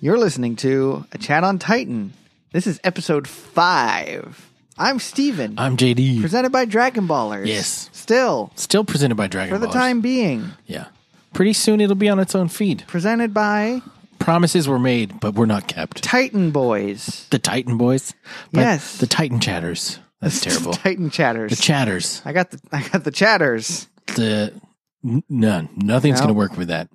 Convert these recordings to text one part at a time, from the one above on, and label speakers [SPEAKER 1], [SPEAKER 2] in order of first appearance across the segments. [SPEAKER 1] You're listening to A Chat on Titan. This is episode five. I'm Steven,
[SPEAKER 2] I'm JD.
[SPEAKER 1] presented by Dragon Ballers.
[SPEAKER 2] Yes.
[SPEAKER 1] Still,
[SPEAKER 2] Still presented by Dragon
[SPEAKER 1] for the
[SPEAKER 2] Ballers.
[SPEAKER 1] time being,
[SPEAKER 2] Yeah. Pretty soon it'll be on its own feed.
[SPEAKER 1] presented by
[SPEAKER 2] Promises were made, but were not kept.
[SPEAKER 1] Titan Boys.
[SPEAKER 2] The Titan Boys. By
[SPEAKER 1] Yes.
[SPEAKER 2] The Titan Chatters. That's terrible.
[SPEAKER 1] Titan
[SPEAKER 2] Oh. The
[SPEAKER 1] Chatters.
[SPEAKER 2] Chatters.
[SPEAKER 1] I got the I got the chatters.
[SPEAKER 2] The n- none. Nothing's
[SPEAKER 1] No.
[SPEAKER 2] going to work with that.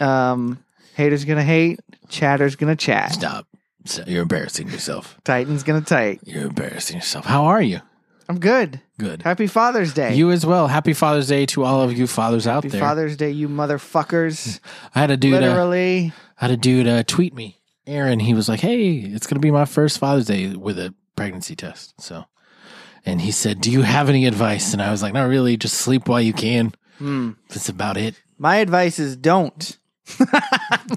[SPEAKER 1] Um, haters gonna hate, chatter's gonna chat.
[SPEAKER 2] Stop. So- You're embarrassing yourself.
[SPEAKER 1] Titan's gonna tight.
[SPEAKER 2] You're embarrassing yourself. How are you?
[SPEAKER 1] I'm good.
[SPEAKER 2] Good.
[SPEAKER 1] Happy Father's Day.
[SPEAKER 2] You as well. Happy Father's Day to all of you fathers out
[SPEAKER 1] Happy
[SPEAKER 2] there.
[SPEAKER 1] Father's Day, you motherfuckers.
[SPEAKER 2] I had a dude. Uh,
[SPEAKER 1] Literally.
[SPEAKER 2] had a dude uh, tweet me, Aaron. He was like, "Hey, it's gonna be my first Father's Day with a pregnancy test." So, and he said, "Do you have any advice?" And I was like, "Not really. Just sleep while you can.
[SPEAKER 1] Hmm.
[SPEAKER 2] That's about it.
[SPEAKER 1] My advice is don't.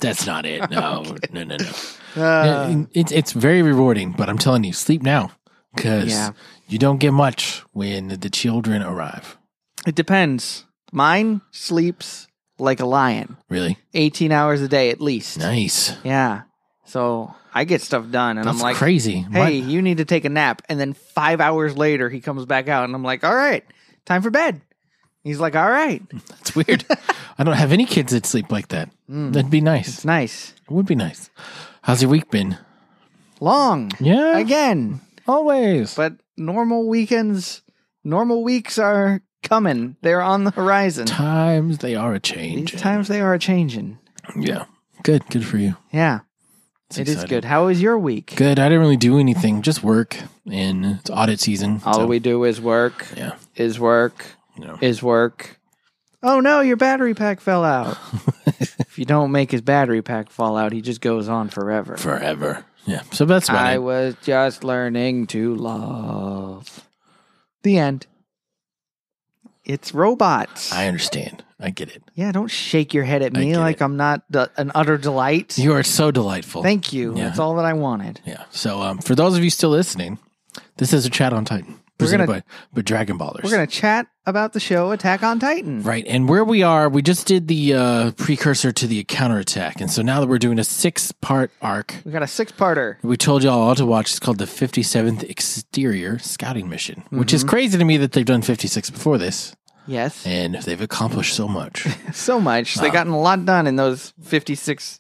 [SPEAKER 2] That's not it. No, no, no, no.
[SPEAKER 1] Uh,
[SPEAKER 2] It- it's it's very rewarding, but I'm telling you, sleep now because
[SPEAKER 1] Yeah.
[SPEAKER 2] you don't get much when the children arrive.
[SPEAKER 1] it depends. Mine sleeps like a lion,
[SPEAKER 2] Really
[SPEAKER 1] 18 hours a day at least.
[SPEAKER 2] nice.
[SPEAKER 1] Yeah. So I get stuff done, and
[SPEAKER 2] That's
[SPEAKER 1] I'm like,
[SPEAKER 2] crazy. My-
[SPEAKER 1] hey, you need to take a nap. And then five hours later, he comes back out, and I'm like, all right, time for bed. He's like, all right.
[SPEAKER 2] that's weird. I don't have any kids that sleep like that.
[SPEAKER 1] Hmm.
[SPEAKER 2] That'd be nice.
[SPEAKER 1] It's nice.
[SPEAKER 2] It would be nice. How's your week been?
[SPEAKER 1] Long.
[SPEAKER 2] Yeah.
[SPEAKER 1] Again.
[SPEAKER 2] Always.
[SPEAKER 1] But normal weekends, normal weeks are coming. They're on the horizon.
[SPEAKER 2] times they are a
[SPEAKER 1] These
[SPEAKER 2] change.
[SPEAKER 1] times they are changing.
[SPEAKER 2] yeah. Good. Good for you.
[SPEAKER 1] Yeah,
[SPEAKER 2] It's
[SPEAKER 1] it is
[SPEAKER 2] exciting.
[SPEAKER 1] good. How was your week?
[SPEAKER 2] Good. I didn't really do anything. Just work and it's audit season.
[SPEAKER 1] All
[SPEAKER 2] so,
[SPEAKER 1] we do is work,
[SPEAKER 2] Yeah.
[SPEAKER 1] is work,
[SPEAKER 2] You know.
[SPEAKER 1] is work. Oh no, your battery pack fell out. if you don't make his battery pack fall out, he just goes on forever.
[SPEAKER 2] Forever. Yeah. So that's what
[SPEAKER 1] I
[SPEAKER 2] I,
[SPEAKER 1] was just learning to love. The end. It's robots.
[SPEAKER 2] I understand. I get it.
[SPEAKER 1] yeah, don't shake your head at
[SPEAKER 2] I
[SPEAKER 1] me
[SPEAKER 2] get
[SPEAKER 1] like
[SPEAKER 2] it.
[SPEAKER 1] I'm not the, an utter delight.
[SPEAKER 2] You are so delightful.
[SPEAKER 1] Thank you.
[SPEAKER 2] Yeah.
[SPEAKER 1] That's all that I wanted.
[SPEAKER 2] yeah. So um, for those of you still listening, this is a chat on Titan presented
[SPEAKER 1] gonna-
[SPEAKER 2] by, by Dragon Ballers.
[SPEAKER 1] We're going to chat about the show Attack on Titan.
[SPEAKER 2] Right. And where we are, we just did the uh, precursor to the counterattack. And so now that we're doing a six part arc,
[SPEAKER 1] We got a six parter.
[SPEAKER 2] We told y'all all to watch. It's called the 57th Exterior Scouting Mission, which is crazy to me that they've done 56 before this
[SPEAKER 1] Yes.
[SPEAKER 2] and they've accomplished so much.
[SPEAKER 1] So much. They gotten a lot done in those 56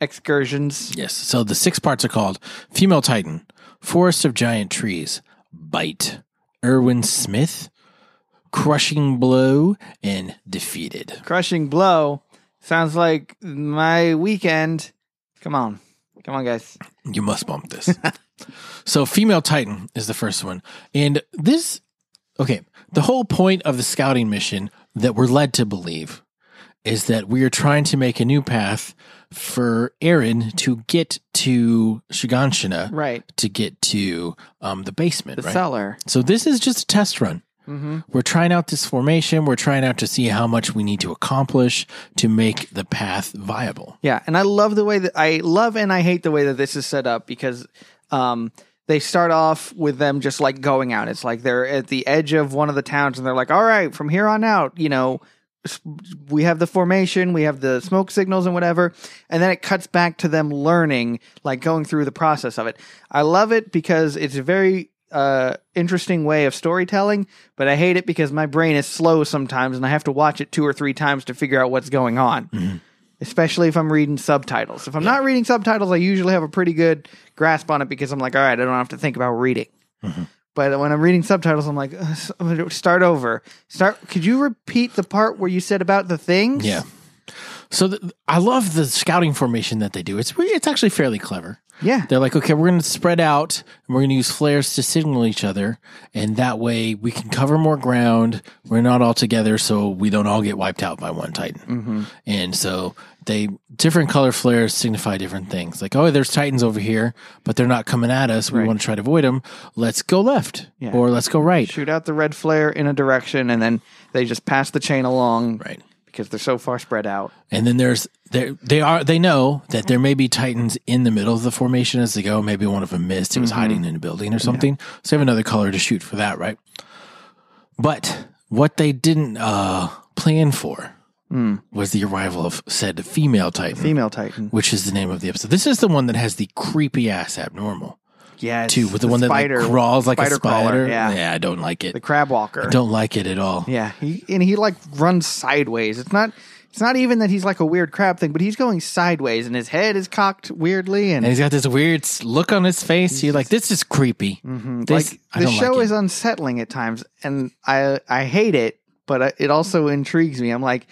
[SPEAKER 1] excursions.
[SPEAKER 2] yes. So the six parts are called Female Titan, Forest of Giant Trees, Bite, Erwin Smith, Crushing Blow, and Defeated.
[SPEAKER 1] Crushing blow. Sounds like my weekend. Come on. Come on, guys.
[SPEAKER 2] You must bump this. so, Female Titan is the first one. And this, okay, the whole point of the scouting mission that we're led to believe is that we are trying to make a new path for Aaron to get to Shiganshina,
[SPEAKER 1] Right.
[SPEAKER 2] to get to um, the basement,
[SPEAKER 1] The
[SPEAKER 2] right?
[SPEAKER 1] cellar.
[SPEAKER 2] So, this is just a test run.
[SPEAKER 1] hmm
[SPEAKER 2] We're trying out this formation. We're trying out to see how much we need to accomplish to make the path viable.
[SPEAKER 1] Yeah. And I love the way that I love and I hate the way that this is set up because um, they start off with them just like going out. It's like they're at the edge of one of the towns and they're like, all right, from here on out, you know, s- we have the formation, we have the smoke signals and whatever. And then it cuts back to them learning, like going through the process of it. I love it because it's a very uh, interesting way of storytelling, but I hate it because my brain is slow sometimes and I have to watch it two or three times to figure out what's going on. Especially if I'm reading subtitles. If I'm not reading subtitles, I usually have a pretty good grasp on it because I'm like, all right, I don't have to think about reading.
[SPEAKER 2] Mm-hmm.
[SPEAKER 1] But when I'm reading subtitles, I'm like, "Ugh, so- uh, start over. Start. Could you repeat the part where you said about the things?
[SPEAKER 2] Yeah. So th I love the scouting formation that they do. It's it's actually fairly clever.
[SPEAKER 1] Yeah.
[SPEAKER 2] They're like, okay, we're going to spread out and we're going to use flares to signal each other, and that way we can cover more ground. We're not all together, so we don't all get wiped out by one titan.
[SPEAKER 1] Mm-hmm.
[SPEAKER 2] And so they different color flares signify different things. Like, oh, there's titans over here, but they're not coming at us. We
[SPEAKER 1] Right.
[SPEAKER 2] want to try to avoid them. Let's go left,
[SPEAKER 1] Yeah.
[SPEAKER 2] or let's go right.
[SPEAKER 1] Shoot out the red flare in a direction, and then they just pass the chain along
[SPEAKER 2] Right. Mm-hmm.
[SPEAKER 1] because they're so far spread out.
[SPEAKER 2] And then there's there they are they know that there may be titans in the middle of the formation as they go. Maybe one of them missed; it
[SPEAKER 1] Mm-hmm.
[SPEAKER 2] was hiding in a building or something. So they have another color to shoot for that, right? But what they didn't uh, plan for
[SPEAKER 1] Mm.
[SPEAKER 2] was the arrival of said female Titan,
[SPEAKER 1] Female Titan.
[SPEAKER 2] which is the name of the episode. This is the one that has the creepy ass abnormal
[SPEAKER 1] Yes.
[SPEAKER 2] too, with the, one that like,
[SPEAKER 1] spider-
[SPEAKER 2] crawls like
[SPEAKER 1] spider
[SPEAKER 2] a spider.
[SPEAKER 1] crawler, yeah.
[SPEAKER 2] I don't like it.
[SPEAKER 1] the crab walker.
[SPEAKER 2] I don't like it at all.
[SPEAKER 1] Yeah, he and he like runs sideways. It's not it's not even that he's like a weird crab thing, but he's going sideways and his head is cocked weirdly and,
[SPEAKER 2] And he's got this weird s- look on his face. You're like, this is creepy.
[SPEAKER 1] Mhm.
[SPEAKER 2] This-
[SPEAKER 1] like
[SPEAKER 2] I
[SPEAKER 1] the
[SPEAKER 2] don't
[SPEAKER 1] show
[SPEAKER 2] like it.
[SPEAKER 1] is unsettling at times and I I hate it, but I, it also intrigues me. I'm like,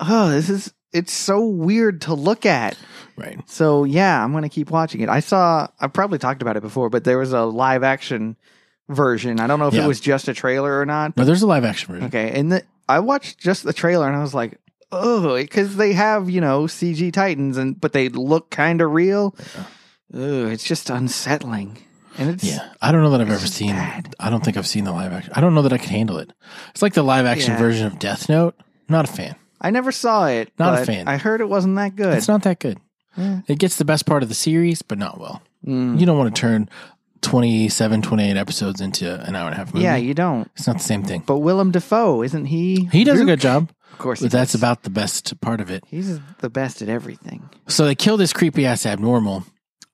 [SPEAKER 1] "Oh, this is it's so weird to look at."
[SPEAKER 2] Right.
[SPEAKER 1] So, yeah, I'm going to keep watching it. I saw I've probably talked about it before, but there was a live action version. I don't know if
[SPEAKER 2] Yeah.
[SPEAKER 1] it was just a trailer or not,
[SPEAKER 2] No, there's a live action version.
[SPEAKER 1] Okay, and the, I watched just the trailer and I was like, oh, because they have you know CG Titans and but they look kind of real. Ugh, it's just unsettling, and it's
[SPEAKER 2] Yeah. I don't know that I've ever
[SPEAKER 1] just
[SPEAKER 2] seen.
[SPEAKER 1] bad.
[SPEAKER 2] I don't think I've seen the live action. I don't know that I can handle it. It's like the live action
[SPEAKER 1] Yeah.
[SPEAKER 2] version of Death Note. Not a fan.
[SPEAKER 1] I never saw it.
[SPEAKER 2] Not a
[SPEAKER 1] but
[SPEAKER 2] fan.
[SPEAKER 1] I heard it wasn't that good.
[SPEAKER 2] It's not that good.
[SPEAKER 1] Yeah.
[SPEAKER 2] It gets the best part of the series, but not well.
[SPEAKER 1] Mm.
[SPEAKER 2] You don't want to turn 27, 28 episodes into an hour and a half movie.
[SPEAKER 1] yeah, you don't.
[SPEAKER 2] It's not the same thing.
[SPEAKER 1] But Willem Dafoe isn't he?
[SPEAKER 2] He does a
[SPEAKER 1] Groot?
[SPEAKER 2] good job,
[SPEAKER 1] Of course, he
[SPEAKER 2] but that's
[SPEAKER 1] does.
[SPEAKER 2] about the best part of it.
[SPEAKER 1] He's the best at everything.
[SPEAKER 2] So they kill this creepy ass abnormal,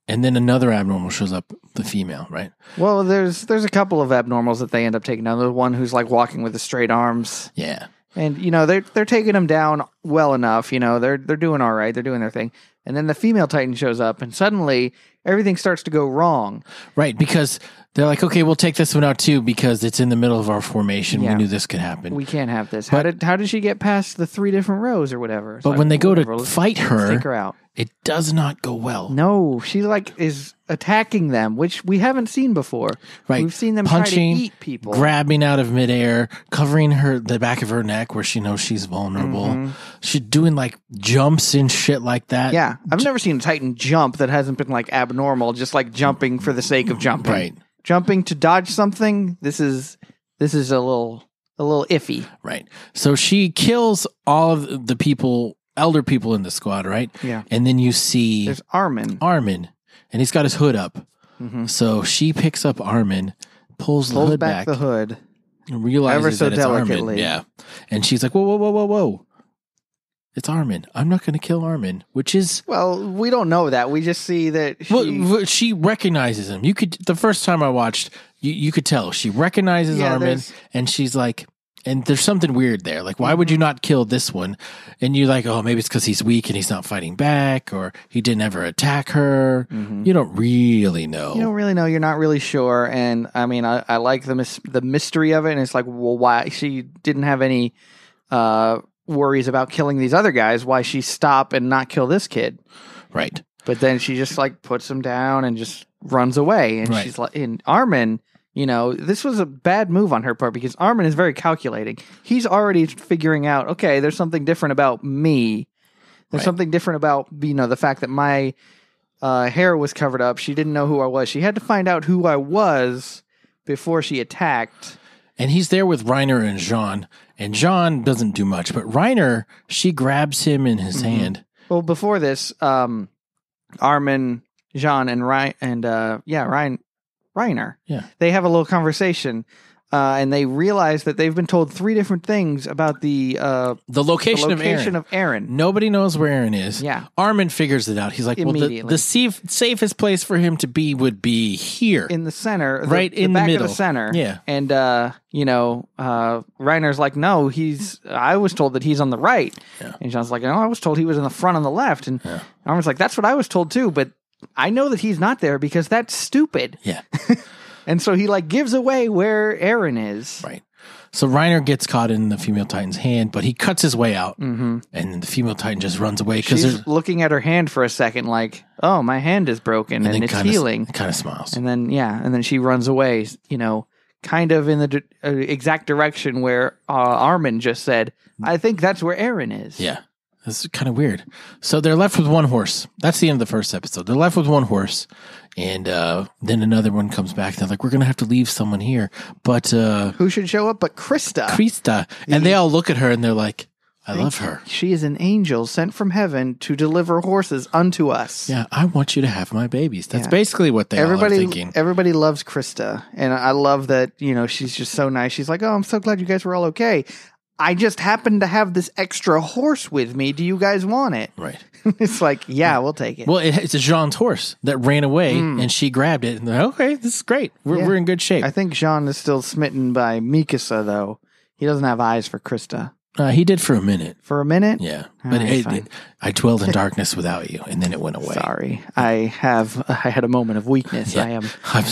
[SPEAKER 2] and then another abnormal shows up, the female, right?
[SPEAKER 1] Well, there's there's a couple of abnormals that they end up taking down. The one who's like walking with the straight arms.
[SPEAKER 2] Yeah.
[SPEAKER 1] And you know they're they're taking them down well enough. You know they're they're doing all right. They're doing their thing. And then the female Titan shows up, and suddenly everything starts to go wrong.
[SPEAKER 2] Right. Because they're like, okay, we'll take this one out too because it's in the middle of our formation.
[SPEAKER 1] Yeah.
[SPEAKER 2] We knew this could happen.
[SPEAKER 1] We can't have this. How did how did she get past the three different rows or whatever? It's
[SPEAKER 2] but
[SPEAKER 1] like,
[SPEAKER 2] when they go
[SPEAKER 1] whatever,
[SPEAKER 2] to
[SPEAKER 1] let's
[SPEAKER 2] fight her,
[SPEAKER 1] take her out.
[SPEAKER 2] it does not go well.
[SPEAKER 1] No, she like is attacking them, which we haven't seen before.
[SPEAKER 2] Right.
[SPEAKER 1] We've seen them
[SPEAKER 2] Punching,
[SPEAKER 1] try to eat people.
[SPEAKER 2] grabbing out of midair, covering her the back of her neck where she knows she's vulnerable. She's doing like jumps and shit like that.
[SPEAKER 1] Mm-hmm. yeah, I've never seen a Titan jump that hasn't been like abnormal, just like jumping for the sake of jumping.
[SPEAKER 2] Right.
[SPEAKER 1] Jumping to dodge something. This is this is a little a little iffy.
[SPEAKER 2] Right. So she kills all of the people, elder people in the squad, right?
[SPEAKER 1] Yeah.
[SPEAKER 2] And then you see
[SPEAKER 1] There's Armin.
[SPEAKER 2] Armin, and he's got his hood up.
[SPEAKER 1] Mhm.
[SPEAKER 2] So she picks up Armin, pulls, the
[SPEAKER 1] Pulls
[SPEAKER 2] hood
[SPEAKER 1] back,
[SPEAKER 2] back,
[SPEAKER 1] the hood.
[SPEAKER 2] and realizes
[SPEAKER 1] ever so
[SPEAKER 2] that it's Armin.
[SPEAKER 1] delicately.
[SPEAKER 2] Yeah. And she's like, whoa, whoa, whoa, whoa, whoa. It's Armin. I'm not going to kill Armin, which is
[SPEAKER 1] Well, we don't know that. We just see that she,
[SPEAKER 2] Well, w- she recognizes him. You could the first time I watched, you, you could tell she recognizes
[SPEAKER 1] Yeah,
[SPEAKER 2] Armin,
[SPEAKER 1] there's- Mm-hmm.
[SPEAKER 2] and she's like, and there's something weird there. Like, why would you not kill this one? And you're like, oh, maybe it's because he's weak and he's not fighting back, or he didn't ever attack her. You don't really know.
[SPEAKER 1] mm-hmm. you don't really know. You're not really sure. And I mean, I, I like the mis- the mystery of it. And it's like, well, why she didn't have any uh, worries about killing these other guys? Why she stop and not kill this kid?
[SPEAKER 2] right?
[SPEAKER 1] But then she just like puts him down and just runs away. And
[SPEAKER 2] Right.
[SPEAKER 1] she's like, and Armin, you know, this was a bad move on her part because Armin is very calculating. He's already figuring out, okay, there's something different about me. There's
[SPEAKER 2] Right.
[SPEAKER 1] something different about, you know, the fact that my uh, hair was covered up. She didn't know who I was. She had to find out who I was before she attacked.
[SPEAKER 2] And he's there with Reiner and Jean, and Jean doesn't do much, but Reiner she grabs him in his
[SPEAKER 1] Mhm.
[SPEAKER 2] hand.
[SPEAKER 1] Well, before this, um, Armin, Jean, and Ryan, and uh, yeah, Ryan, Reiner.
[SPEAKER 2] Yeah.
[SPEAKER 1] they have a little conversation, uh, and they realize that they've been told three different things about the, uh,
[SPEAKER 2] The
[SPEAKER 1] the
[SPEAKER 2] location, of Aaron.
[SPEAKER 1] location of Aaron.
[SPEAKER 2] Nobody knows where Aaron is.
[SPEAKER 1] Yeah,
[SPEAKER 2] Armin figures it out. He's like, well, the,
[SPEAKER 1] Immediately.
[SPEAKER 2] the safe, safest place for him to be would be here.
[SPEAKER 1] in the center, the-
[SPEAKER 2] Right in the
[SPEAKER 1] back
[SPEAKER 2] middle.
[SPEAKER 1] of the center.
[SPEAKER 2] Yeah.
[SPEAKER 1] and uh, you know, uh, Reiner's like, no, he's. I was told that he's on the right,
[SPEAKER 2] Yeah.
[SPEAKER 1] and John's like, no, I was told he was in the front on the left, and Armin's like, that's what I was told too, but. I know that he's not there because that's stupid.
[SPEAKER 2] yeah,
[SPEAKER 1] And so he like gives away where Aaron is.
[SPEAKER 2] right. So Reiner gets caught in the female titan's hand, but he cuts his way out,
[SPEAKER 1] Mm-hmm.
[SPEAKER 2] and then the female titan just runs away because there's
[SPEAKER 1] She's looking at her hand for a second, like, "Oh, my hand is broken and, it's healing."
[SPEAKER 2] Kind of smiles.
[SPEAKER 1] And then yeah, and then she runs away. You know, kind of in the di- uh, exact direction where uh, Armin just said, "I think that's where Aaron is."
[SPEAKER 2] Yeah, that's kind of weird. So they're left with one horse. That's the end of the first episode. They're left with one horse, and uh, then another one comes back. They're like, we're gonna have to leave someone here, but uh,
[SPEAKER 1] Who should show up but Krista?
[SPEAKER 2] Krista, and they all look at her and they're like, I love her.
[SPEAKER 1] she is an angel sent from heaven to deliver horses unto us.
[SPEAKER 2] Yeah, I want you to have my babies. That's
[SPEAKER 1] Yeah.
[SPEAKER 2] basically what they all are
[SPEAKER 1] everybody e
[SPEAKER 2] thinking.
[SPEAKER 1] everybody loves Krista, and I love that you know she's just so nice. She's like, "Oh, I'm so glad you guys were all okay." I just happen to have this extra horse with me. Do you guys want it?
[SPEAKER 2] Right.
[SPEAKER 1] it's like, yeah, we'll take it.
[SPEAKER 2] Well, it, it's Jean's horse that ran away, and she grabbed it. And they're, okay, this is great. We're,
[SPEAKER 1] Mm. Yeah.
[SPEAKER 2] we're in good shape.
[SPEAKER 1] I think Jean is still smitten by Mikasa, though. He doesn't have eyes for Krista.
[SPEAKER 2] uh, he did for a minute.
[SPEAKER 1] For a minute?
[SPEAKER 2] Yeah,
[SPEAKER 1] All
[SPEAKER 2] but
[SPEAKER 1] right,
[SPEAKER 2] it,
[SPEAKER 1] Ah, fine.
[SPEAKER 2] it- I dwelled in darkness without you, and then it went away.
[SPEAKER 1] Sorry. I have, I had a moment of weakness. I am,
[SPEAKER 2] I'm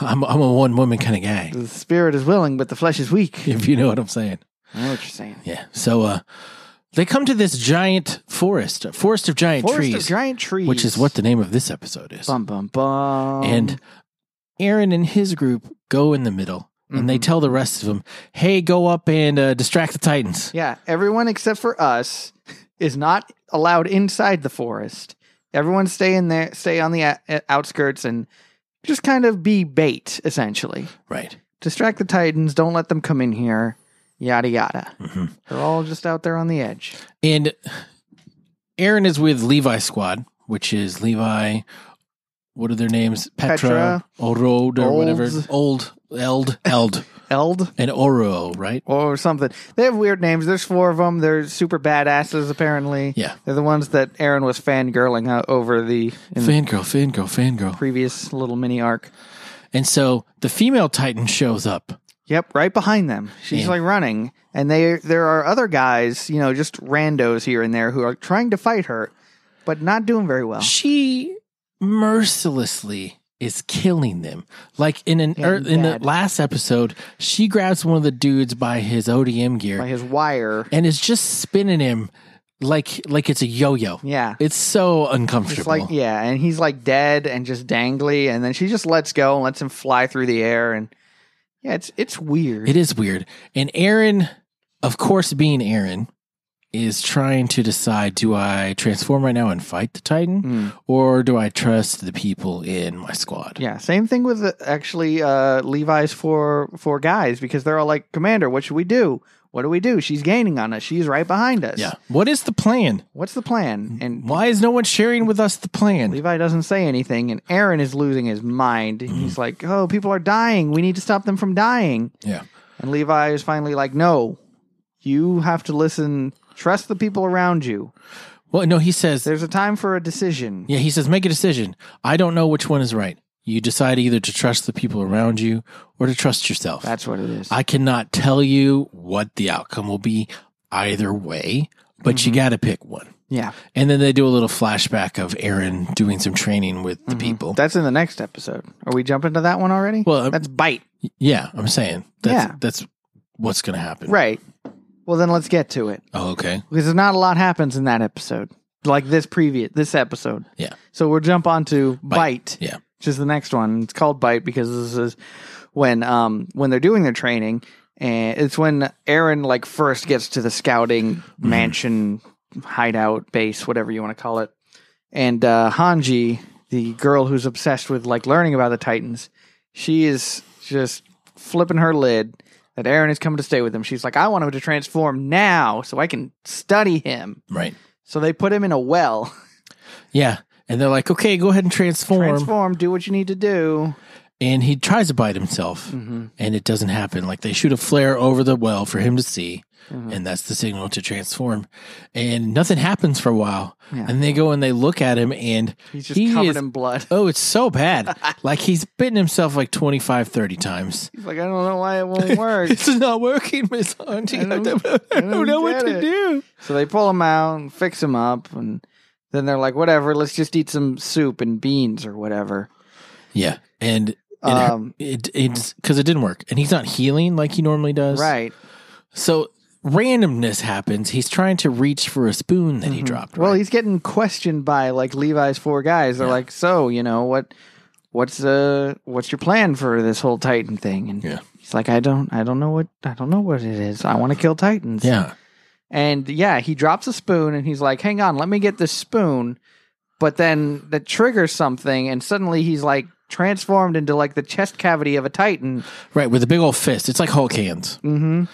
[SPEAKER 2] I'm, I'm a one woman kind of guy.
[SPEAKER 1] the spirit is willing, but the flesh is weak.
[SPEAKER 2] If you know what I'm saying.
[SPEAKER 1] I know what you're saying.
[SPEAKER 2] Yeah. So uh, they come to this giant forest, a forest of giant
[SPEAKER 1] Forest
[SPEAKER 2] trees,
[SPEAKER 1] of giant trees.
[SPEAKER 2] which is what the name of this episode is.
[SPEAKER 1] Bum, bum, bum.
[SPEAKER 2] and Aaron and his group go in the middle, and
[SPEAKER 1] Mm-hmm.
[SPEAKER 2] they tell the rest of them, "Hey, go up and uh, distract the Titans."
[SPEAKER 1] Yeah, everyone except for us is not allowed inside the forest. Everyone stay in there, stay on the a- outskirts, and just kind of be bait, essentially.
[SPEAKER 2] Right.
[SPEAKER 1] Distract the Titans. Don't let them come in here. Yada yada.
[SPEAKER 2] Mhm.
[SPEAKER 1] They're all just out there on the edge.
[SPEAKER 2] And Aaron is with Levi Squad, which is Levi. What are their names? Petra,
[SPEAKER 1] Petra.
[SPEAKER 2] Orod, or whatever.
[SPEAKER 1] Olds.
[SPEAKER 2] Old, Eld, Eld,
[SPEAKER 1] Eld
[SPEAKER 2] and Oro, right?
[SPEAKER 1] or something. They have weird names. There's four of them. They're super badasses, apparently.
[SPEAKER 2] Yeah.
[SPEAKER 1] They're the ones that Aaron was fangirling uh, over the in the
[SPEAKER 2] Fangirl, fangirl, fangirl.
[SPEAKER 1] previous little mini arc.
[SPEAKER 2] And so the female Titan shows up.
[SPEAKER 1] Yep, right behind them. She's
[SPEAKER 2] Yeah.
[SPEAKER 1] like running, and they there are other guys, you know, just randos here and there who are trying to fight her, but not doing very well.
[SPEAKER 2] She mercilessly is killing them. Like in an er, in the
[SPEAKER 1] bad.
[SPEAKER 2] last episode, she grabs one of the dudes by his ODM gear
[SPEAKER 1] By his wire,
[SPEAKER 2] and is just spinning him like like it's a yo-yo.
[SPEAKER 1] yeah,
[SPEAKER 2] It's so
[SPEAKER 1] it's
[SPEAKER 2] uncomfortable.
[SPEAKER 1] like yeah, and he's like dead and just dangly, and then she just lets go and lets him fly through the air, and yeah, it's it's weird.
[SPEAKER 2] It is weird. And Aaron, of course, being Aaron, is trying to decide do I transform right now and fight the Titan
[SPEAKER 1] Mm.
[SPEAKER 2] or do I trust the people in my squad?
[SPEAKER 1] Yeah, same thing with uh, actually uh, Levi's for for guys because they're all like, Commander, what should we do? What do we do? She's gaining on us. She's right behind us.
[SPEAKER 2] Yeah. What is the plan?
[SPEAKER 1] What's the plan? And
[SPEAKER 2] Why is no one sharing with us the plan?
[SPEAKER 1] Levi doesn't say anything, and Aaron is losing his mind.
[SPEAKER 2] Mm.
[SPEAKER 1] He's like, "Oh, people are dying. We need to stop them from dying."
[SPEAKER 2] Yeah.
[SPEAKER 1] And Levi is finally like, "No, you have to listen. Trust the people around you.
[SPEAKER 2] Well, no, he says,
[SPEAKER 1] There's a time for a decision."
[SPEAKER 2] yeah, he says, make a decision. I don't know which one is right. You decide either to trust the people around you or to trust yourself.
[SPEAKER 1] That's what it is.
[SPEAKER 2] I cannot tell you what the outcome will be either way, but
[SPEAKER 1] Mm-hmm.
[SPEAKER 2] you got to pick one.
[SPEAKER 1] yeah,
[SPEAKER 2] And then they do a little flashback of Aaron doing some training with
[SPEAKER 1] Mm-hmm.
[SPEAKER 2] the people.
[SPEAKER 1] that's in the next episode. Are we jumping to that one already?
[SPEAKER 2] Well, um,
[SPEAKER 1] that's bite,
[SPEAKER 2] yeah, I'm saying that's
[SPEAKER 1] Yeah.
[SPEAKER 2] that's what's going to happen.
[SPEAKER 1] right? Well, then let's get to it
[SPEAKER 2] Oh, okay.
[SPEAKER 1] because there's not a lot happens in that episode, like this previous this episode.
[SPEAKER 2] Yeah.
[SPEAKER 1] So we'll jump on to bite.
[SPEAKER 2] Yeah.
[SPEAKER 1] which is the next one. It's called Bite because this is when um when they're doing their training, and it's when Aaron like first gets to the scouting mansion hideout base, whatever you want to call it, and uh, Hanji, the girl who's obsessed with like learning about the Titans, she is just flipping her lid. That Aaron is coming to stay with him. She's like, I want him to transform now so I can study him.
[SPEAKER 2] Right.
[SPEAKER 1] So they put him in a well.
[SPEAKER 2] Yeah. And they're like, okay, go ahead and transform.
[SPEAKER 1] Transform, do what you need to do.
[SPEAKER 2] And he tries to bite himself,
[SPEAKER 1] Mm-hmm.
[SPEAKER 2] and it doesn't happen. Like they shoot a flare over the well for him to see,
[SPEAKER 1] Mm-hmm.
[SPEAKER 2] and that's the signal to transform. And nothing happens for a while.
[SPEAKER 1] Yeah.
[SPEAKER 2] And they go and they look at him, and
[SPEAKER 1] He's just covered in blood.
[SPEAKER 2] Oh, it's so bad. like he's bitten himself like 25, 30 times.
[SPEAKER 1] He's like, I don't know why it won't work.
[SPEAKER 2] This is not working, Miss Auntie. I
[SPEAKER 1] I
[SPEAKER 2] don't,
[SPEAKER 1] don't-
[SPEAKER 2] I don't
[SPEAKER 1] don't
[SPEAKER 2] know
[SPEAKER 1] get
[SPEAKER 2] what to
[SPEAKER 1] it.
[SPEAKER 2] do.
[SPEAKER 1] so they pull him out and fix him up, and then they're like, whatever, let's just eat some soup and beans or whatever.
[SPEAKER 2] Yeah, and it,
[SPEAKER 1] Um,
[SPEAKER 2] it it's because it didn't work, and he's not healing like he normally does.
[SPEAKER 1] Right.
[SPEAKER 2] So randomness happens. He's trying to reach for a spoon that he dropped.
[SPEAKER 1] Mm-hmm. Well,
[SPEAKER 2] right?
[SPEAKER 1] he's getting questioned by like Levi's four guys. They're like, so you know what? What's uh what's your plan for this whole Titan thing? And
[SPEAKER 2] Yeah.
[SPEAKER 1] he's like, I don't, I don't know what, I don't know what it is. I want to kill Titans.
[SPEAKER 2] yeah,
[SPEAKER 1] And yeah, he drops a spoon and he's like, hang on, let me get this spoon. But then that triggers something, and suddenly he's like transformed into like the chest cavity of a Titan.
[SPEAKER 2] right with a big old fist. It's like Hulk hands,
[SPEAKER 1] Mm-hmm.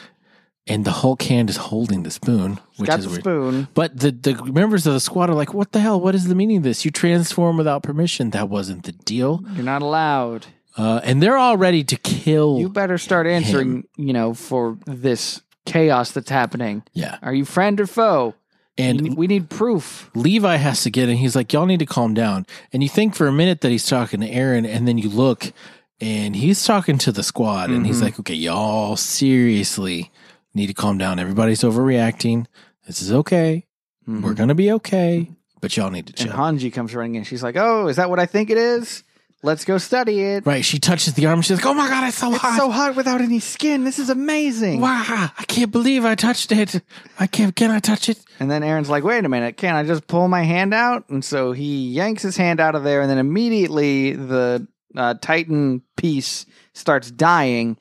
[SPEAKER 2] and the Hulk hand is holding the spoon, which
[SPEAKER 1] Got
[SPEAKER 2] is
[SPEAKER 1] the
[SPEAKER 2] weird.
[SPEAKER 1] spoon.
[SPEAKER 2] But the, the members of the squad are like, what the hell? What is the meaning of this? You transform without permission. That wasn't the deal.
[SPEAKER 1] You're not allowed.
[SPEAKER 2] Uh, and they're all ready to kill.
[SPEAKER 1] You better start answering, you know, for this chaos that's happening.
[SPEAKER 2] Yeah.
[SPEAKER 1] Are you friend or foe?
[SPEAKER 2] And
[SPEAKER 1] We- we need proof.
[SPEAKER 2] Levi has to get in. He's like, y'all need to calm down. And you think for a minute that he's talking to Aaron, and then you look and he's talking to the squad, and
[SPEAKER 1] Mm-hmm.
[SPEAKER 2] he's like, okay, y'all seriously need to calm down. Everybody's overreacting. This is okay. We're going to be okay, but y'all need to
[SPEAKER 1] Mm-hmm. And
[SPEAKER 2] chill.
[SPEAKER 1] Hanji comes running in. She's like, "Oh, is that what I think it is? Let's go study it.
[SPEAKER 2] right. She touches the arm. She's like, oh my God, it's so
[SPEAKER 1] It's
[SPEAKER 2] hot.
[SPEAKER 1] so hot without any skin. This is amazing."
[SPEAKER 2] wow. I can't believe I touched it. I can't, can I touch it?
[SPEAKER 1] And then Aaron's like, "Wait a minute, can't I just pull my hand out?" And so he yanks his hand out of there, and then immediately the uh, Titan piece starts dying,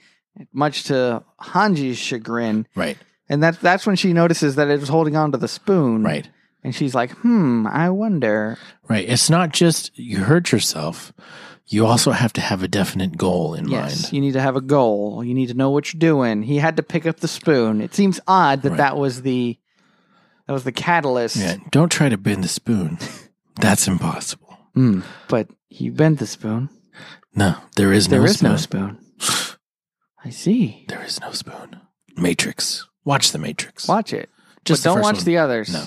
[SPEAKER 1] much to Hanji's chagrin.
[SPEAKER 2] Right.
[SPEAKER 1] And that that's when she notices that it was holding on to the spoon.
[SPEAKER 2] Right.
[SPEAKER 1] And she's like, "Hmm, I wonder."
[SPEAKER 2] Right. It's not just you hurt yourself. You also have to have a definite goal in
[SPEAKER 1] Yes,
[SPEAKER 2] mind.
[SPEAKER 1] you need to have a goal. You need to know what you're doing. He had to pick up the spoon. It seems odd that
[SPEAKER 2] Right.
[SPEAKER 1] that was the that was the catalyst.
[SPEAKER 2] Yeah, don't try to bend the spoon. That's impossible.
[SPEAKER 1] Hmm. but he bent the spoon.
[SPEAKER 2] No, there is
[SPEAKER 1] There
[SPEAKER 2] no
[SPEAKER 1] is
[SPEAKER 2] spoon.
[SPEAKER 1] no spoon. I see.
[SPEAKER 2] There is no spoon. Matrix. Watch the Matrix.
[SPEAKER 1] Watch it.
[SPEAKER 2] Just
[SPEAKER 1] but
[SPEAKER 2] the
[SPEAKER 1] don't
[SPEAKER 2] first
[SPEAKER 1] watch
[SPEAKER 2] one.
[SPEAKER 1] the others.
[SPEAKER 2] No.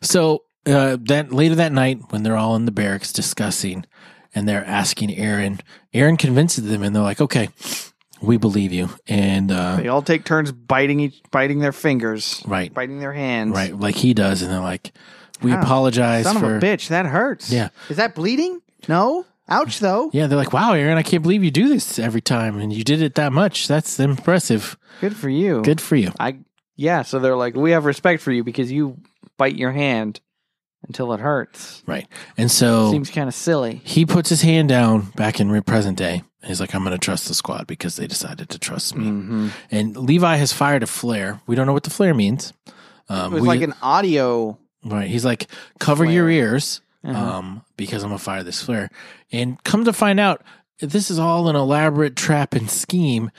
[SPEAKER 2] So uh, that later that night, when they're all in the barracks discussing, and they're asking Aaron, Aaron convinces them, and they're like, "Okay, we believe you." And uh,
[SPEAKER 1] They all take turns biting each biting their fingers,
[SPEAKER 2] right,
[SPEAKER 1] biting their hands.
[SPEAKER 2] right, like he does, and they're like, "We
[SPEAKER 1] Wow.
[SPEAKER 2] apologize
[SPEAKER 1] Son
[SPEAKER 2] for."
[SPEAKER 1] of a bitch, that hurts.
[SPEAKER 2] Yeah.
[SPEAKER 1] Is that bleeding? No. Ouch though.
[SPEAKER 2] Yeah, they're like, "Wow, Aaron, I can't believe you do this every time, and you did it that much. That's impressive.
[SPEAKER 1] Good for you.
[SPEAKER 2] Good for you."
[SPEAKER 1] I yeah, so they're like, We have respect for you because you bite your hand until it hurts.
[SPEAKER 2] Right. And so
[SPEAKER 1] Seems kinda silly.
[SPEAKER 2] he puts his hand down back in re- present day. And he's like, I'm going to trust the squad because they decided to trust me.
[SPEAKER 1] Mm-hmm.
[SPEAKER 2] And Levi has fired a flare. We don't know what the flare means. Um,
[SPEAKER 1] It was
[SPEAKER 2] we-
[SPEAKER 1] like an audio
[SPEAKER 2] right. He's like, cover your
[SPEAKER 1] Flare.
[SPEAKER 2] ears
[SPEAKER 1] Uh-huh.
[SPEAKER 2] um, because I'm going to fire this flare. And come to find out, this is all an elaborate trap and scheme.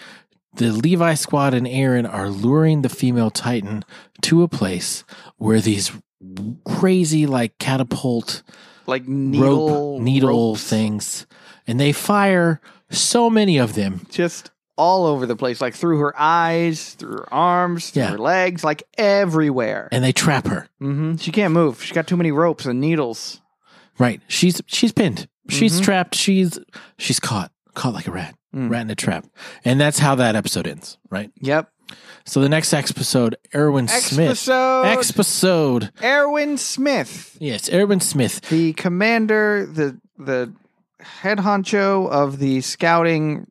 [SPEAKER 2] The Levi squad and Aaron are luring the female Titan to a place where these crazy, like, catapult
[SPEAKER 1] like needle
[SPEAKER 2] rope needle
[SPEAKER 1] ropes
[SPEAKER 2] things and they fire so many of them
[SPEAKER 1] just all over the place, like through her eyes, through her arms, through
[SPEAKER 2] Yeah.
[SPEAKER 1] her legs, like everywhere.
[SPEAKER 2] and they trap her
[SPEAKER 1] hmm She can't move. She's got too many ropes and needles.
[SPEAKER 2] right she's she's pinned she's
[SPEAKER 1] Mhm.
[SPEAKER 2] trapped she's she's caught caught like a rat
[SPEAKER 1] Mm.
[SPEAKER 2] rat in a trap and that's how that episode ends right
[SPEAKER 1] Yep.
[SPEAKER 2] so the next episode erwin smith
[SPEAKER 1] Episode.
[SPEAKER 2] episode
[SPEAKER 1] Erwin Smith,
[SPEAKER 2] yes erwin smith
[SPEAKER 1] the commander, the the head honcho of the scouting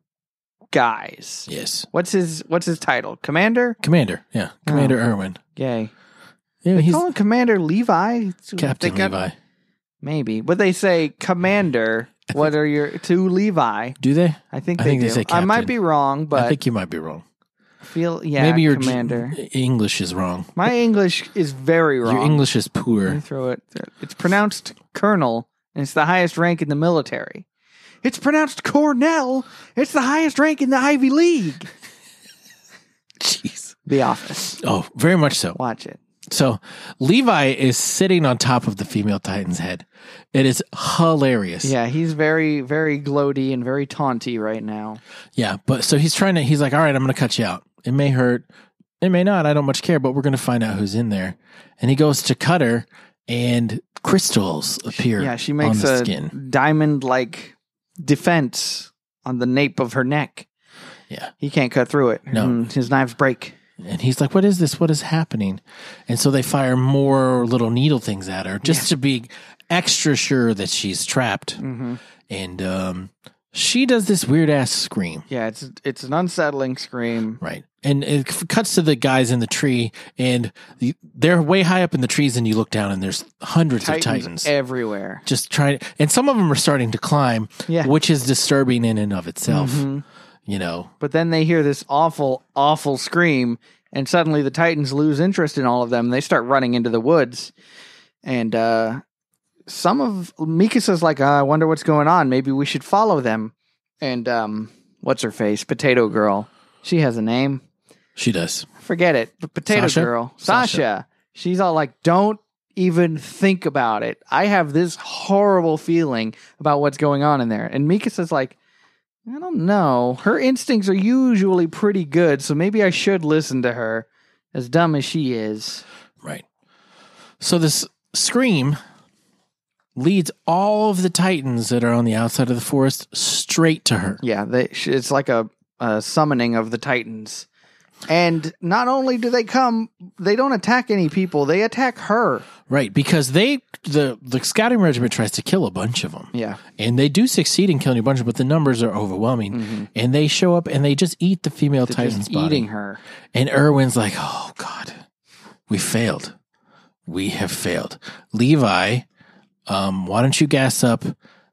[SPEAKER 1] guys.
[SPEAKER 2] yes
[SPEAKER 1] What's his What's his title? Commander.
[SPEAKER 2] commander yeah commander erwin
[SPEAKER 1] Yay.
[SPEAKER 2] yeah he's
[SPEAKER 1] Oh. Call him Commander Levi.
[SPEAKER 2] captain
[SPEAKER 1] They got-
[SPEAKER 2] levi
[SPEAKER 1] Maybe, but they say Commander. What are your to Levi?
[SPEAKER 2] do they
[SPEAKER 1] I think
[SPEAKER 2] I
[SPEAKER 1] they
[SPEAKER 2] think they
[SPEAKER 1] do.
[SPEAKER 2] say
[SPEAKER 1] I might
[SPEAKER 2] captain.
[SPEAKER 1] be wrong, but
[SPEAKER 2] i think you might be wrong
[SPEAKER 1] feel yeah.
[SPEAKER 2] maybe your
[SPEAKER 1] commander.
[SPEAKER 2] english is wrong
[SPEAKER 1] My English is very wrong.
[SPEAKER 2] your english is
[SPEAKER 1] Let me
[SPEAKER 2] poor
[SPEAKER 1] throw it. It's pronounced colonel, and it's the highest rank in the military. It's pronounced Cornell. It's the highest rank in the Ivy League.
[SPEAKER 2] jeez
[SPEAKER 1] The Office.
[SPEAKER 2] oh very much so
[SPEAKER 1] Watch it.
[SPEAKER 2] So Levi is sitting on top of the female Titan's head. It is hilarious.
[SPEAKER 1] Yeah, he's very, very gloaty and very taunty right now.
[SPEAKER 2] Yeah. But so he's trying to, he's like, all right, I'm going to cut you out. It may hurt. It may not. I don't much care, but we're going to find out who's in there. And he goes to cut her and crystals appear
[SPEAKER 1] Yeah, she
[SPEAKER 2] on
[SPEAKER 1] makes
[SPEAKER 2] the
[SPEAKER 1] a
[SPEAKER 2] skin.
[SPEAKER 1] diamond-like defense on the nape of her neck.
[SPEAKER 2] Yeah.
[SPEAKER 1] he can't cut through it.
[SPEAKER 2] No.
[SPEAKER 1] Mm, his knives break.
[SPEAKER 2] And he's like, what is this? What is happening? And so they fire more little needle things at her just to be extra sure that she's trapped.
[SPEAKER 1] Mm-hmm.
[SPEAKER 2] And um, she does this weird ass scream.
[SPEAKER 1] Yeah, it's it's an unsettling scream.
[SPEAKER 2] Right. And it f- cuts to the guys in the tree, and the- they're way high up in the trees, and you look down, and there's hundreds of
[SPEAKER 1] Titans
[SPEAKER 2] titans
[SPEAKER 1] everywhere.
[SPEAKER 2] just trying. And some of them are starting to climb,
[SPEAKER 1] Yeah.
[SPEAKER 2] which is disturbing in and of itself.
[SPEAKER 1] Mhm.
[SPEAKER 2] You know,
[SPEAKER 1] But then they hear this awful, awful scream, and suddenly the Titans lose interest in all of them. They start running into the woods, and uh, some of Mikasa's like, "Ah, "I wonder what's going on. Maybe we should follow them." And um, what's her face? Potato Girl. She has a name.
[SPEAKER 2] she does.
[SPEAKER 1] Forget it. But Potato
[SPEAKER 2] Sasha?
[SPEAKER 1] Girl,
[SPEAKER 2] Sasha.
[SPEAKER 1] Sasha. She's all like, "Don't even think about it. I have this horrible feeling about what's going on in there." And Mika says, "Like, I don't know. Her instincts are usually pretty good, so maybe I should listen to her." as dumb as she is.
[SPEAKER 2] Right. So this scream leads all of the titans that are on the outside of the forest straight to her.
[SPEAKER 1] Yeah, they, sh- it's like a, a summoning of the Titans. And not only do they come, they don't attack any people, they attack her.
[SPEAKER 2] Right, because they the the scouting regiment tries to kill a bunch of them.
[SPEAKER 1] Yeah.
[SPEAKER 2] And they do succeed in killing a bunch of them, but the numbers are overwhelming. And they show up and they just eat the female titan's
[SPEAKER 1] Mm-hmm. Just
[SPEAKER 2] body.
[SPEAKER 1] eating her.
[SPEAKER 2] And Erwin's like, "Oh God, we failed. We have failed." Levi, um, why don't you gas up?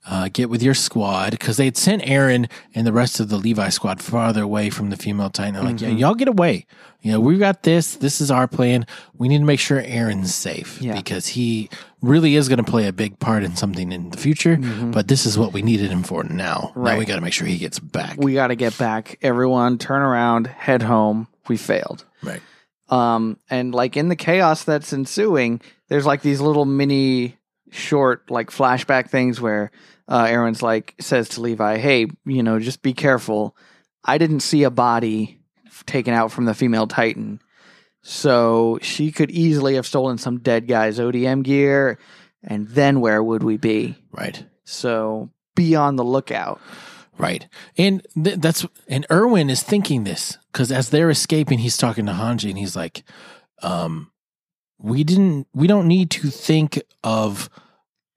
[SPEAKER 2] Uh, get with your squad because they had sent Aaron and the rest of the Levi squad farther away from the female Titan. They're like,
[SPEAKER 1] Mm-hmm.
[SPEAKER 2] yeah, y'all get away. You know, we've got this. This is our plan. We need to make sure Aaron's safe
[SPEAKER 1] Yeah.
[SPEAKER 2] because he really is going to play a big part in something in the future. But this is what we needed him for now. Now we
[SPEAKER 1] Mm-hmm. Right.
[SPEAKER 2] got to make sure he gets back.
[SPEAKER 1] We got to get back. Everyone, turn around, head home. We failed.
[SPEAKER 2] right.
[SPEAKER 1] Um, and like in the chaos that's ensuing, there's like these little mini short like flashback things where uh, Aaron's like says to Levi, "Hey, you know, just be careful. I didn't see a body f- taken out from the female Titan, so she could easily have stolen some dead guy's ODM gear, and then where would we be?
[SPEAKER 2] Right.
[SPEAKER 1] So be on the lookout."
[SPEAKER 2] Right. And th- that's, and Erwin is thinking this because as they're escaping, he's talking to Hanji and he's like, um, we didn't, we don't need to think of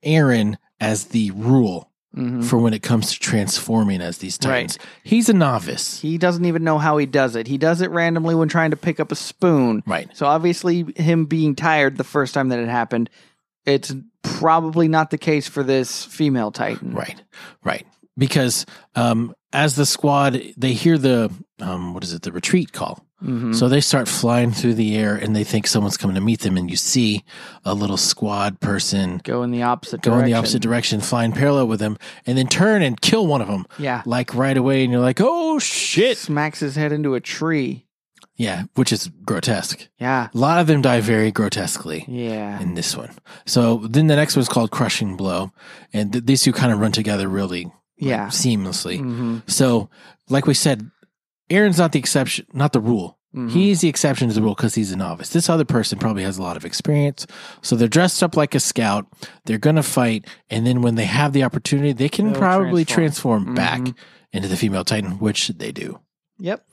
[SPEAKER 2] Aaron as the rule
[SPEAKER 1] Mhm.
[SPEAKER 2] for when it comes to transforming as these
[SPEAKER 1] Right.
[SPEAKER 2] titans. He's a novice.
[SPEAKER 1] He doesn't even know how he does it. He does it randomly when trying to pick up a spoon.
[SPEAKER 2] right.
[SPEAKER 1] So obviously, him being tired the first time that it happened, it's probably not the case for this female Titan.
[SPEAKER 2] Right. Right. Because, um, as the squad, they hear the, um, what is it? The retreat call.
[SPEAKER 1] hmm
[SPEAKER 2] So they start flying through the air and they think someone's coming to meet them. And you see a little squad person
[SPEAKER 1] go in the opposite.
[SPEAKER 2] go
[SPEAKER 1] direction.
[SPEAKER 2] in the opposite direction, flying parallel with them, and then turn and kill one of them
[SPEAKER 1] Yeah.
[SPEAKER 2] like right away. And you're like, oh shit.
[SPEAKER 1] Smacks his head into a tree.
[SPEAKER 2] Yeah, which is grotesque.
[SPEAKER 1] Yeah.
[SPEAKER 2] A lot of them die very grotesquely
[SPEAKER 1] Yeah.
[SPEAKER 2] in this one. So then the next one's called Crushing Blow. And th- these two kind of run together really like,
[SPEAKER 1] Yeah.
[SPEAKER 2] seamlessly.
[SPEAKER 1] hmm
[SPEAKER 2] So, like we said, Aaron's not the exception, not the rule.
[SPEAKER 1] Mm-hmm.
[SPEAKER 2] He's the exception to the rule because he's a novice. This other person probably has a lot of experience. So they're dressed up like a scout. They're going to fight. And then when they have the opportunity, they can
[SPEAKER 1] They'll
[SPEAKER 2] probably transform,
[SPEAKER 1] transform. Mm-hmm.
[SPEAKER 2] back into the female Titan, which they do.
[SPEAKER 1] Yep.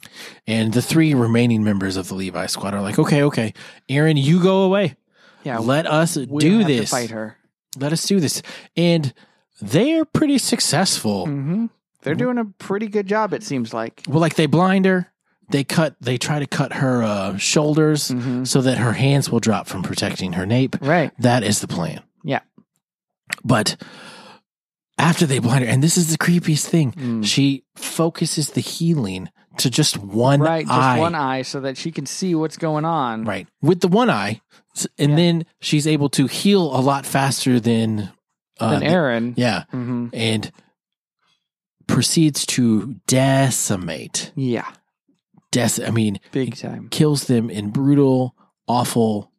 [SPEAKER 2] And the three remaining members of the Levi squad are like, okay, okay, Aaron, you go away.
[SPEAKER 1] Yeah.
[SPEAKER 2] Let us
[SPEAKER 1] we
[SPEAKER 2] do
[SPEAKER 1] have
[SPEAKER 2] this.
[SPEAKER 1] To fight her.
[SPEAKER 2] Let us do this. And they're pretty successful.
[SPEAKER 1] hmm
[SPEAKER 2] Mm-hmm.
[SPEAKER 1] They're doing a pretty good job. It seems like.
[SPEAKER 2] Well, like they blind her. They cut. They try to cut her uh, shoulders
[SPEAKER 1] Mhm.
[SPEAKER 2] so that her hands will drop from protecting her nape.
[SPEAKER 1] Right.
[SPEAKER 2] That is the plan.
[SPEAKER 1] Yeah.
[SPEAKER 2] But after they blind her, and this is the creepiest thing,
[SPEAKER 1] Mm.
[SPEAKER 2] she focuses the healing to just one
[SPEAKER 1] Right. Just
[SPEAKER 2] eye.
[SPEAKER 1] one eye, so that she can see what's going on.
[SPEAKER 2] Right. With the one eye. S- And
[SPEAKER 1] Yeah.
[SPEAKER 2] then she's able to heal a lot faster than. Uh,
[SPEAKER 1] Then
[SPEAKER 2] the-
[SPEAKER 1] Aaron.
[SPEAKER 2] yeah.
[SPEAKER 1] hmm
[SPEAKER 2] And proceeds to decimate.
[SPEAKER 1] Yeah.
[SPEAKER 2] Dec- I mean,
[SPEAKER 1] Big time.
[SPEAKER 2] kills them in brutal, awful,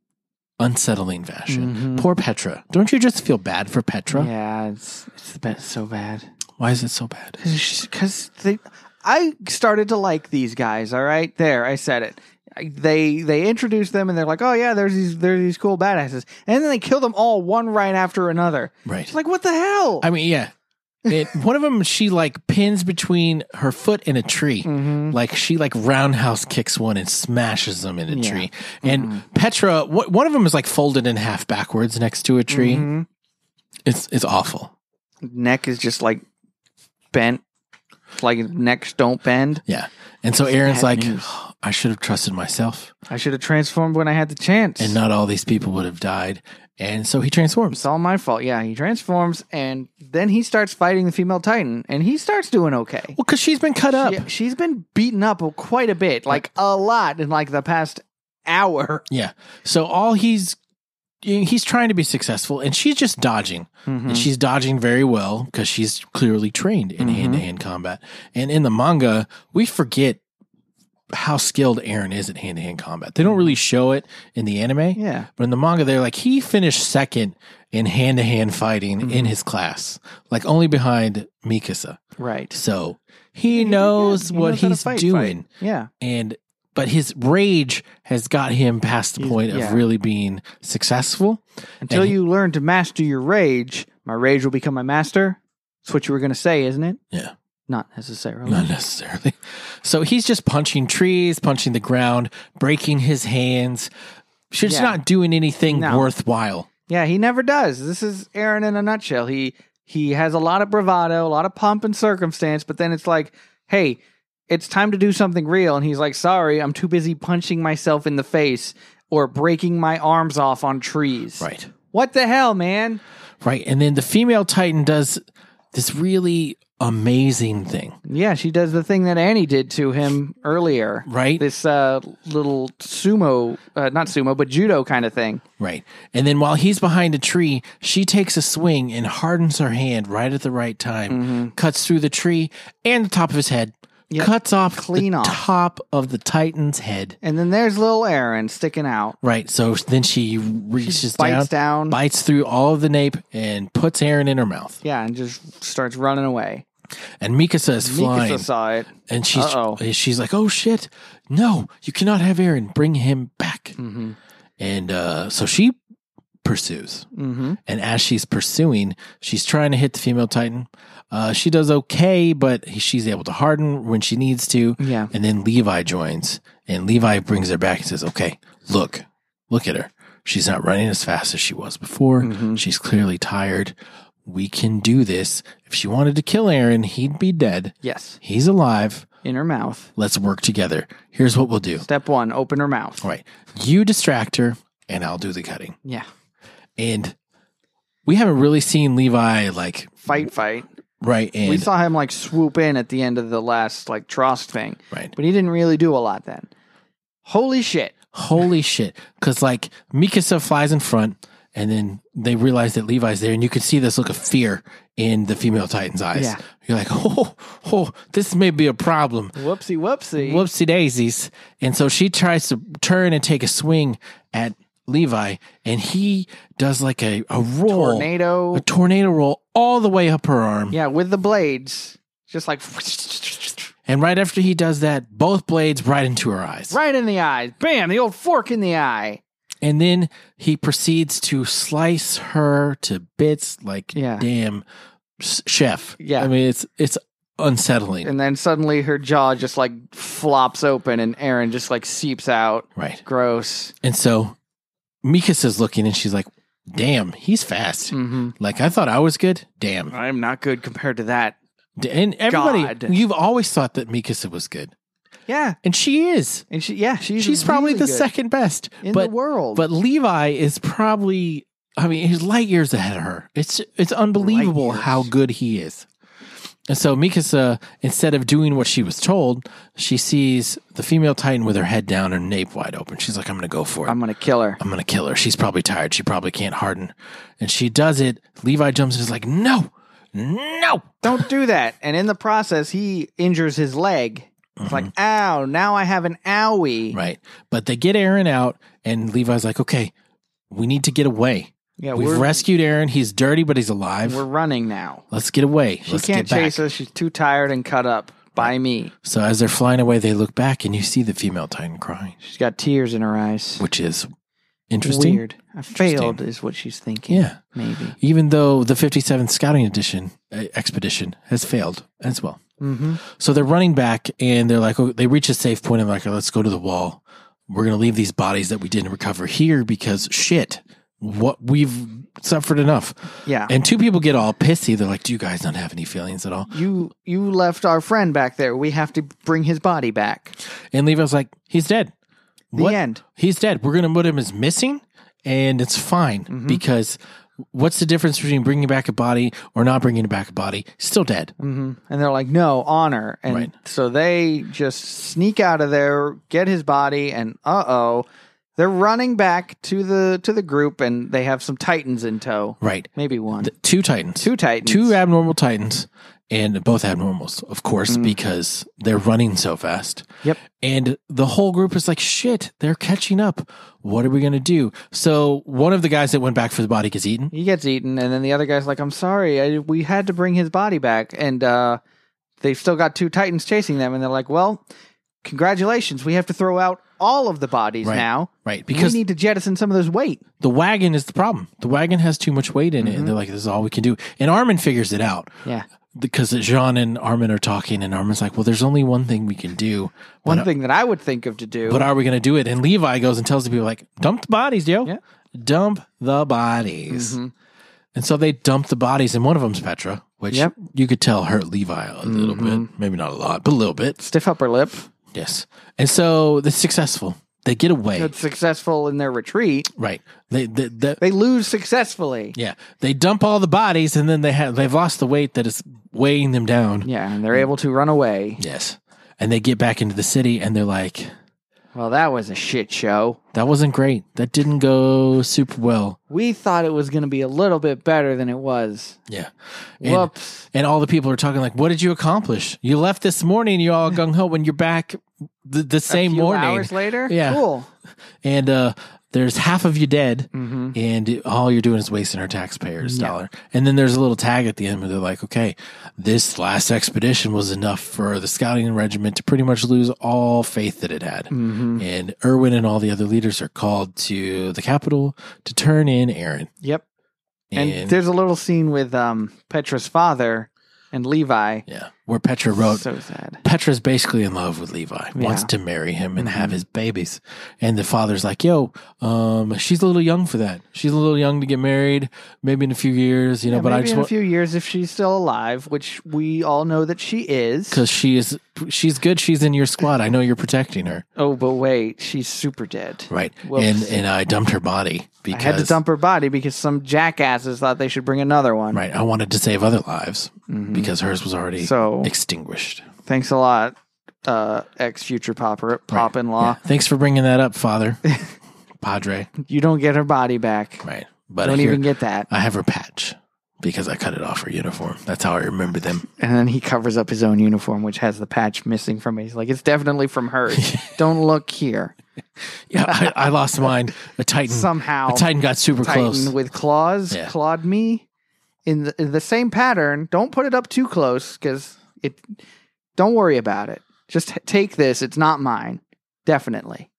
[SPEAKER 2] unsettling fashion.
[SPEAKER 1] Mhm.
[SPEAKER 2] Poor Petra. Don't you just feel bad for Petra?
[SPEAKER 1] Yeah. It's it's the best. So bad.
[SPEAKER 2] Why is it so bad?
[SPEAKER 1] because they i started to like these guys all right there i said it I- they they introduced them and they're like oh yeah there's these there's these cool badasses and then they kill them all one right after another
[SPEAKER 2] Right.
[SPEAKER 1] it's like what the hell
[SPEAKER 2] I mean, yeah. It, one of them, she like pins between her foot and a tree.
[SPEAKER 1] Mhm.
[SPEAKER 2] Like she like roundhouse kicks one and smashes them in a
[SPEAKER 1] Yeah. Mm-hmm.
[SPEAKER 2] tree. And Petra, wh- one of them is like folded in half backwards next to a tree.
[SPEAKER 1] Mhm.
[SPEAKER 2] It's it's awful.
[SPEAKER 1] neck is just like bent like necks don't bend
[SPEAKER 2] Yeah. And so Aaron's
[SPEAKER 1] Bad
[SPEAKER 2] like,
[SPEAKER 1] news.
[SPEAKER 2] I should have trusted myself,
[SPEAKER 1] i should have transformed when i had the chance
[SPEAKER 2] and not all these people would have died. And so he transforms.
[SPEAKER 1] it's all my fault yeah he transforms and then he starts fighting the female titan and he starts doing okay
[SPEAKER 2] Well, because she's been cut up.
[SPEAKER 1] Yeah, she's been beaten up quite a bit, like a lot in like the past hour.
[SPEAKER 2] Yeah. So all he's he's trying to be successful and she's just dodging.
[SPEAKER 1] Mm-hmm.
[SPEAKER 2] And she's dodging very well because she's clearly trained in
[SPEAKER 1] Mhm.
[SPEAKER 2] hand-to-hand combat. And in the manga, we forget how skilled Aaron is at hand-to-hand combat. They don't really show it in the anime,
[SPEAKER 1] Yeah.
[SPEAKER 2] but in the manga they're like he finished second in hand-to-hand fighting in
[SPEAKER 1] Mm-hmm.
[SPEAKER 2] his class, like only behind Mikasa.
[SPEAKER 1] Right.
[SPEAKER 2] So he
[SPEAKER 1] did
[SPEAKER 2] knows
[SPEAKER 1] good. He
[SPEAKER 2] what
[SPEAKER 1] knows how to
[SPEAKER 2] he's
[SPEAKER 1] fight,
[SPEAKER 2] doing.
[SPEAKER 1] Yeah.
[SPEAKER 2] And but his rage has got him past the point
[SPEAKER 1] yeah.
[SPEAKER 2] of really being successful.
[SPEAKER 1] Until
[SPEAKER 2] And he-
[SPEAKER 1] you learn to master your rage, my rage will become my master. That's what you were going to say, isn't it?
[SPEAKER 2] Yeah.
[SPEAKER 1] Not necessarily.
[SPEAKER 2] Not necessarily. So he's just punching trees, punching the ground, breaking his hands. She's
[SPEAKER 1] Yeah.
[SPEAKER 2] not doing anything
[SPEAKER 1] No.
[SPEAKER 2] worthwhile.
[SPEAKER 1] Yeah, he never does. This is Aaron in a nutshell. He he has a lot of bravado, a lot of pomp and circumstance, but then it's like, hey, it's time to do something real, and he's like, sorry, I'm too busy punching myself in the face or breaking my arms off on trees.
[SPEAKER 2] Right.
[SPEAKER 1] What the hell, man?
[SPEAKER 2] Right. And then the female Titan does this really amazing thing,
[SPEAKER 1] Yeah, she does the thing that Annie did to him earlier.
[SPEAKER 2] right?
[SPEAKER 1] This uh, little sumo, uh, not sumo, but judo kind of thing.
[SPEAKER 2] Right. And then while he's behind a tree, she takes a swing and hardens her hand right at the right time,
[SPEAKER 1] Mm-hmm.
[SPEAKER 2] cuts through the tree and the top of his head, cuts off
[SPEAKER 1] Clean
[SPEAKER 2] the
[SPEAKER 1] off.
[SPEAKER 2] top of the Titan's head.
[SPEAKER 1] And then there's little Aaron sticking out.
[SPEAKER 2] Right. So then she reaches
[SPEAKER 1] bites
[SPEAKER 2] down,
[SPEAKER 1] down.
[SPEAKER 2] bites through all of the nape, and puts Aaron in her mouth.
[SPEAKER 1] Yeah, and just starts running away.
[SPEAKER 2] And Mikasa is flying,
[SPEAKER 1] Mikasa saw it.
[SPEAKER 2] and she's
[SPEAKER 1] Uh-oh.
[SPEAKER 2] she's like, "Oh shit! No, you cannot have Aaron. Bring him back."
[SPEAKER 1] Mm-hmm.
[SPEAKER 2] And uh, so she pursues,
[SPEAKER 1] Mm-hmm.
[SPEAKER 2] and as she's pursuing, she's trying to hit the female titan. Uh, she does okay, but she's able to harden when she needs to.
[SPEAKER 1] Yeah.
[SPEAKER 2] And then Levi joins, and Levi brings her back and says, Okay, look, look at her. She's not running as fast as she was before.
[SPEAKER 1] Mhm.
[SPEAKER 2] She's clearly tired. We can do this. If she wanted to kill Aaron, he'd be dead.
[SPEAKER 1] Yes.
[SPEAKER 2] He's alive.
[SPEAKER 1] In her mouth.
[SPEAKER 2] Let's work together. Here's what we'll do.
[SPEAKER 1] Step one, open her mouth.
[SPEAKER 2] All right. You distract her, and I'll do the cutting.
[SPEAKER 1] Yeah.
[SPEAKER 2] And we haven't really seen Levi like
[SPEAKER 1] Fight, fight.
[SPEAKER 2] right and
[SPEAKER 1] we saw him like swoop in at the end of the last like Trost thing,
[SPEAKER 2] right.
[SPEAKER 1] but he didn't really do a lot then. Holy shit.
[SPEAKER 2] Holy shit. Cause like Mikasa flies in front and then they realize that Levi's there and you can see this look of fear in the female Titan's eyes.
[SPEAKER 1] Yeah.
[SPEAKER 2] You're like, oh, oh, this may be a problem.
[SPEAKER 1] Whoopsie whoopsie.
[SPEAKER 2] Whoopsie daisies. And so she tries to turn and take a swing at Levi and he does like a, a roll,
[SPEAKER 1] Tornado.
[SPEAKER 2] a tornado roll all the way up her arm.
[SPEAKER 1] Yeah, with the blades. Just like
[SPEAKER 2] And right after he does that, both blades right into her eyes.
[SPEAKER 1] right in the eye. Bam, the old fork in the eye.
[SPEAKER 2] And then he proceeds to slice her to bits like
[SPEAKER 1] Yeah.
[SPEAKER 2] damn s- chef.
[SPEAKER 1] Yeah.
[SPEAKER 2] I mean it's it's unsettling.
[SPEAKER 1] And then suddenly her jaw just like flops open and Aaron just like seeps out.
[SPEAKER 2] right.
[SPEAKER 1] Gross.
[SPEAKER 2] And so Mikasa's looking and she's like, "Damn, he's fast."
[SPEAKER 1] Mm-hmm.
[SPEAKER 2] Like I thought I was good. Damn.
[SPEAKER 1] I'm not good compared to that.
[SPEAKER 2] D- And everybody
[SPEAKER 1] Uh, God.
[SPEAKER 2] you've always thought that Mikasa was good.
[SPEAKER 1] Yeah.
[SPEAKER 2] And she is.
[SPEAKER 1] And she, yeah, she's
[SPEAKER 2] She's, probably
[SPEAKER 1] really
[SPEAKER 2] the
[SPEAKER 1] good
[SPEAKER 2] second best.
[SPEAKER 1] in the
[SPEAKER 2] but
[SPEAKER 1] world.
[SPEAKER 2] but Levi is probably I mean, he's light years ahead of her. It's it's unbelievable
[SPEAKER 1] years.
[SPEAKER 2] how good he is. And so Mikasa, instead of doing what she was told, she sees the female Titan with her head down and nape wide open. She's like, I'm gonna go for it.
[SPEAKER 1] I'm
[SPEAKER 2] I'm,
[SPEAKER 1] gonna kill her.
[SPEAKER 2] gonna kill her. She's probably tired. She probably can't harden. And she does it. Levi jumps and is like, No, no.
[SPEAKER 1] Don't do that. And in the process, he injures his leg. It's like, ow, now I have an owie.
[SPEAKER 2] Mm-hmm. Right. But they get Aaron out and Levi's like, Okay, we need to get away.
[SPEAKER 1] Yeah,
[SPEAKER 2] We've
[SPEAKER 1] we're,
[SPEAKER 2] rescued Aaron. He's dirty, but he's alive.
[SPEAKER 1] we're running now.
[SPEAKER 2] Let's get away.
[SPEAKER 1] She
[SPEAKER 2] Let's
[SPEAKER 1] can't
[SPEAKER 2] get back.
[SPEAKER 1] chase us. She's too tired and cut up by me.
[SPEAKER 2] So as they're flying away, they look back and you see the female titan crying,
[SPEAKER 1] She's got tears in her eyes.
[SPEAKER 2] which is interesting.
[SPEAKER 1] Weird. I failed, is what she's thinking.
[SPEAKER 2] Yeah.
[SPEAKER 1] Maybe.
[SPEAKER 2] Even though the 57th scouting edition uh, expedition has failed as well.
[SPEAKER 1] Mm-hmm.
[SPEAKER 2] So they're running back and they're like, oh, they reach a safe point and like, oh, let's go to the wall. We're going to leave these bodies that we didn't recover here because shit, what we've suffered enough.
[SPEAKER 1] Yeah.
[SPEAKER 2] And two people get all pissy. They're like, do you guys not have any feelings at all?
[SPEAKER 1] you you left our friend back there. We have to bring his body back.
[SPEAKER 2] And Levi's like, he's dead.
[SPEAKER 1] The
[SPEAKER 2] What?
[SPEAKER 1] end.
[SPEAKER 2] he's dead. We're going to put him as missing, and it's fine
[SPEAKER 1] Mm-hmm.
[SPEAKER 2] because what's the difference between bringing back a body or not bringing back a body? Still dead.
[SPEAKER 1] hmm And they're like, no, honor. And
[SPEAKER 2] Right.
[SPEAKER 1] so they just sneak out of there, get his body, and uh oh, they're running back to the to the group, and they have some titans in tow,
[SPEAKER 2] Right.
[SPEAKER 1] maybe one,
[SPEAKER 2] Two titans.
[SPEAKER 1] two titans,
[SPEAKER 2] Two abnormal titans, and both abnormals, of
[SPEAKER 1] Mm.
[SPEAKER 2] course, because they're running so fast.
[SPEAKER 1] Yep.
[SPEAKER 2] And the whole group is like, shit, they're catching up. What are we going to do? So one of the guys that went back for the body gets eaten.
[SPEAKER 1] He gets eaten, and then the other guy's like, I'm sorry, I, we had to bring his body back, and uh, they've still got two titans chasing them, and they're like, well. congratulations, we have to throw out all of the bodies
[SPEAKER 2] Right.
[SPEAKER 1] now.
[SPEAKER 2] Right, because-
[SPEAKER 1] we need to jettison some of this weight.
[SPEAKER 2] the wagon is the problem. The wagon has too much weight in it. And they're like, this is all we can do. And Armin figures it out
[SPEAKER 1] Yeah.
[SPEAKER 2] because Jean and Armin are talking, and Armin's like, well, there's only one thing we can do.
[SPEAKER 1] One thing that I would think of to do.
[SPEAKER 2] But are we going to do it? And Levi goes and tells the people, like, dump the bodies, yo.
[SPEAKER 1] Yeah. Mm-hmm.
[SPEAKER 2] Dump the bodies. And so they dump the bodies, and one of them's Petra, which
[SPEAKER 1] Yep. Mm-hmm.
[SPEAKER 2] you could tell hurt Levi a little bit. Maybe not a lot, but a little bit.
[SPEAKER 1] stiff upper lip.
[SPEAKER 2] Yes. And so they're successful. They get away.
[SPEAKER 1] It's successful in their retreat.
[SPEAKER 2] Right. They, they, they,
[SPEAKER 1] They lose successfully.
[SPEAKER 2] Yeah, they dump all the bodies, and then they have they've lost the weight that is weighing them down.
[SPEAKER 1] Yeah, and they're able to run away.
[SPEAKER 2] Yes, and they get back into the city, and they're like,
[SPEAKER 1] Well, that was a shit show.
[SPEAKER 2] "That wasn't great. That didn't go super well."
[SPEAKER 1] We thought it was going to be a little bit better than it was.
[SPEAKER 2] Yeah, and,
[SPEAKER 1] Whoops.
[SPEAKER 2] and all the people are talking like, "What did you accomplish? You left this morning. You all gung ho when you're back the, the same
[SPEAKER 1] Few
[SPEAKER 2] morning,
[SPEAKER 1] Hours later.
[SPEAKER 2] Yeah.
[SPEAKER 1] Cool.
[SPEAKER 2] and uh, there's half of you dead,
[SPEAKER 1] Mm-hmm.
[SPEAKER 2] and all you're doing is wasting our taxpayers' dollar." And then there's a little tag at the end where they're like, "Okay, this last expedition was enough for the scouting regiment to pretty much lose all faith that it had."
[SPEAKER 1] Mm-hmm.
[SPEAKER 2] And Irwin and all the other leaders are called to the capital to turn in Aaron.
[SPEAKER 1] Yep.
[SPEAKER 2] And,
[SPEAKER 1] And, there's a little scene with um, Petra's father and Levi.
[SPEAKER 2] yeah, where Petra wrote.
[SPEAKER 1] So sad.
[SPEAKER 2] Petra's basically in love with Levi, wants
[SPEAKER 1] Yeah. Mm-hmm.
[SPEAKER 2] to marry him and have his babies. And the father's like, yo, um, she's a little young for that. She's a little young to get married, maybe in a few years, you know,
[SPEAKER 1] Yeah,
[SPEAKER 2] but
[SPEAKER 1] maybe
[SPEAKER 2] I just
[SPEAKER 1] in a
[SPEAKER 2] want,
[SPEAKER 1] few years, if she's still alive, which we all know that she is.
[SPEAKER 2] because she is, she's good. She's in your squad. I know you're protecting her.
[SPEAKER 1] Oh, but wait, she's super dead.
[SPEAKER 2] Right.
[SPEAKER 1] Whoops.
[SPEAKER 2] And, and I dumped her body
[SPEAKER 1] I
[SPEAKER 2] because,
[SPEAKER 1] had to dump her body because some jackasses thought they should bring another one.
[SPEAKER 2] right. I wanted to save other lives because hers was already
[SPEAKER 1] Mm-hmm. So-
[SPEAKER 2] extinguished.
[SPEAKER 1] Thanks a lot, uh, ex future popper pop in law.
[SPEAKER 2] Thanks for bringing that up, Father. Padre.
[SPEAKER 1] You don't get her body back.
[SPEAKER 2] Right. But
[SPEAKER 1] Don't
[SPEAKER 2] I, hear-
[SPEAKER 1] even get that.
[SPEAKER 2] I have her patch because I cut it off her uniform. That's how I remember them.
[SPEAKER 1] And then he covers up his own uniform, which has the patch missing from it. He's like, it's definitely from hers. don't look here.
[SPEAKER 2] yeah, I, I lost mine. A Titan.
[SPEAKER 1] Somehow,
[SPEAKER 2] a Titan got super
[SPEAKER 1] Titan
[SPEAKER 2] close.
[SPEAKER 1] with claws
[SPEAKER 2] Yeah.
[SPEAKER 1] clawed me in the, in the same pattern. Don't put it up too close because it. Don't worry about it. Just t- take this. It's not mine. Definitely.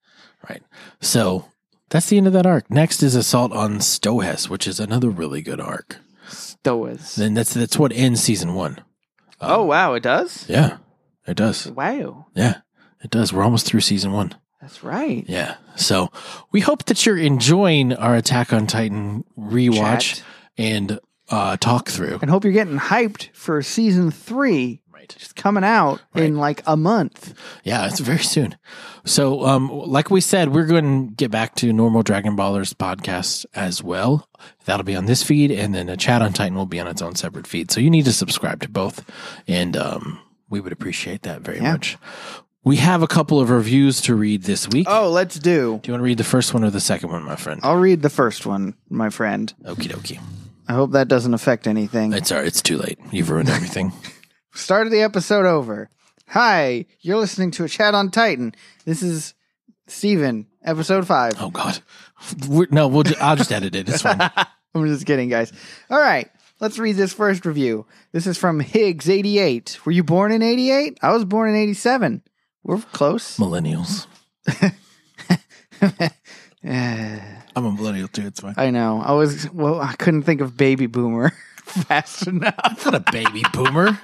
[SPEAKER 2] right. So that's the end of that arc. Next is Assault on Stohes, which is another really good arc.
[SPEAKER 1] Stoas.
[SPEAKER 2] Then um, that's that's what ends season one.
[SPEAKER 1] oh wow, it does.
[SPEAKER 2] Yeah. It does.
[SPEAKER 1] Wow,
[SPEAKER 2] Yeah. It does. We're almost through season one.
[SPEAKER 1] that's right.
[SPEAKER 2] Yeah. So we hope that you're enjoying our Attack on Titan rewatch
[SPEAKER 1] Chat.
[SPEAKER 2] and uh, talk through.
[SPEAKER 1] And hope you're getting hyped for season three.
[SPEAKER 2] Right.
[SPEAKER 1] It's coming out in like a month.
[SPEAKER 2] Yeah, it's very soon. So, um, like we said, we're going to get back to normal Dragon Ballers podcast as well. That'll be on this feed, and then a chat on Titan will be on its own separate feed. So you need to subscribe to both, and um, we would appreciate that very
[SPEAKER 1] Yeah.
[SPEAKER 2] much. We have a couple of reviews to read this week.
[SPEAKER 1] Oh, let's do.
[SPEAKER 2] Do you want to read the first one or the second one, my friend?
[SPEAKER 1] I'll read the first one, my friend.
[SPEAKER 2] Okie dokie.
[SPEAKER 1] I hope that doesn't affect anything.
[SPEAKER 2] It's all right. It's too late. You've ruined everything.
[SPEAKER 1] Start of the episode over. Hi, you're listening to a chat on Titan. This is Steven, episode five.
[SPEAKER 2] oh God. We're, no, we'll. Ju- I'll just edit it. It's fine.
[SPEAKER 1] I'm just kidding, guys. All right, let's read this first review. This is from Higgs88. Were you born in 88? I was born in 87. We're close.
[SPEAKER 2] Millennials.
[SPEAKER 1] Eh,
[SPEAKER 2] I'm a millennial too. It's fine.
[SPEAKER 1] I know. I was, well, I couldn't think of baby boomer fast enough.
[SPEAKER 2] Not a baby boomer.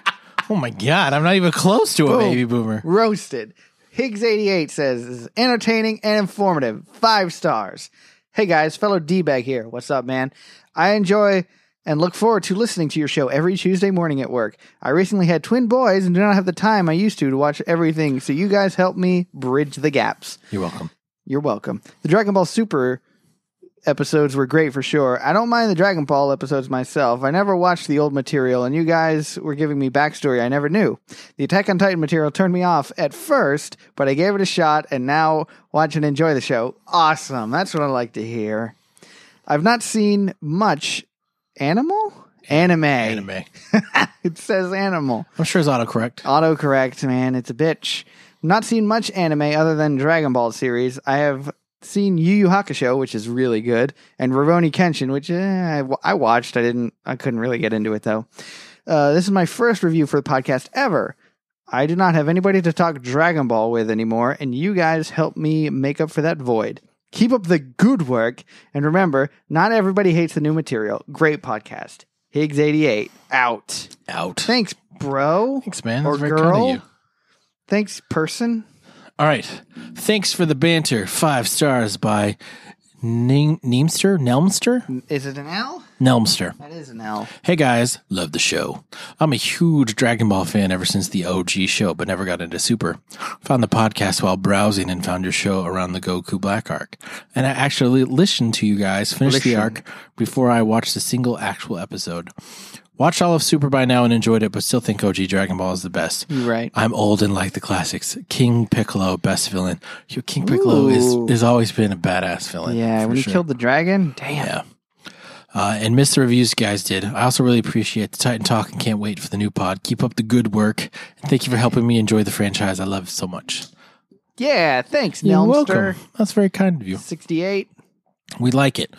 [SPEAKER 2] Oh my god, I'm not even close to a baby boomer.
[SPEAKER 1] Roasted. Higgs88 says, this is entertaining and informative. Five stars. Hey guys, fellow D-bag here. What's up, man? I enjoy and look forward to listening to your show every Tuesday morning at work. I recently had twin boys and do not have the time I used to to watch everything, so you guys help me bridge the gaps.
[SPEAKER 2] You're welcome.
[SPEAKER 1] You're welcome. The Dragon Ball Super episodes were great for sure. I don't mind the Dragon Ball episodes myself. I never watched the old material, and you guys were giving me backstory I never knew. The Attack on Titan material turned me off at first, but I gave it a shot and now watch and enjoy the show. Awesome. That's what I like to hear. I've not seen much animal? Anime.
[SPEAKER 2] Anime.
[SPEAKER 1] It says animal.
[SPEAKER 2] I'm sure it's autocorrect.
[SPEAKER 1] Autocorrect, man, it's a bitch. Not seen much anime other than Dragon Ball series. I have seen Yu Yu Hakusho, which is really good, and Rurouni Kenshin, which eh, I, w- I watched. I didn't. I couldn't really get into it though. Uh, this is my first review for the podcast ever. I do not have anybody to talk Dragon Ball with anymore, and you guys help me make up for that void. Keep up the good work, and remember, not everybody hates the new material. Great podcast. Higgs88 out.
[SPEAKER 2] Out.
[SPEAKER 1] Thanks, bro.
[SPEAKER 2] Thanks, man.
[SPEAKER 1] Or
[SPEAKER 2] That's very kind of
[SPEAKER 1] girl.
[SPEAKER 2] you.
[SPEAKER 1] Thanks, person.
[SPEAKER 2] All right. Thanks for the banter. Five stars by Ning- Neemster? Nelmster?
[SPEAKER 1] Is it an L?
[SPEAKER 2] Nelmster.
[SPEAKER 1] That is an L.
[SPEAKER 2] Hey guys, love the show. I'm a huge Dragon Ball fan ever since the OG show, but never got into Super. Found the podcast while browsing and found your show around the Goku Black arc. And I actually listened to you guys finish the
[SPEAKER 1] Listen.
[SPEAKER 2] arc before I watched a single actual episode. Watched all of Super by now and enjoyed it, but still think OG Dragon Ball is the best.
[SPEAKER 1] You're right.
[SPEAKER 2] I'm old and like the classics. King Piccolo, best villain. Yo, King Piccolo is
[SPEAKER 1] Ooh.
[SPEAKER 2] has always been a badass villain.
[SPEAKER 1] Yeah,
[SPEAKER 2] for
[SPEAKER 1] when he
[SPEAKER 2] sure.
[SPEAKER 1] killed the dragon, damn.
[SPEAKER 2] Yeah. Uh, and missed the reviews you guys did. I also really appreciate the Titan Talk and can't wait for the new pod. Keep up the good work. And thank you for helping me enjoy the franchise. I love it so much.
[SPEAKER 1] Yeah, thanks,
[SPEAKER 2] You're
[SPEAKER 1] Nelmster.
[SPEAKER 2] welcome. That's very kind of you.
[SPEAKER 1] 68.
[SPEAKER 2] We like it.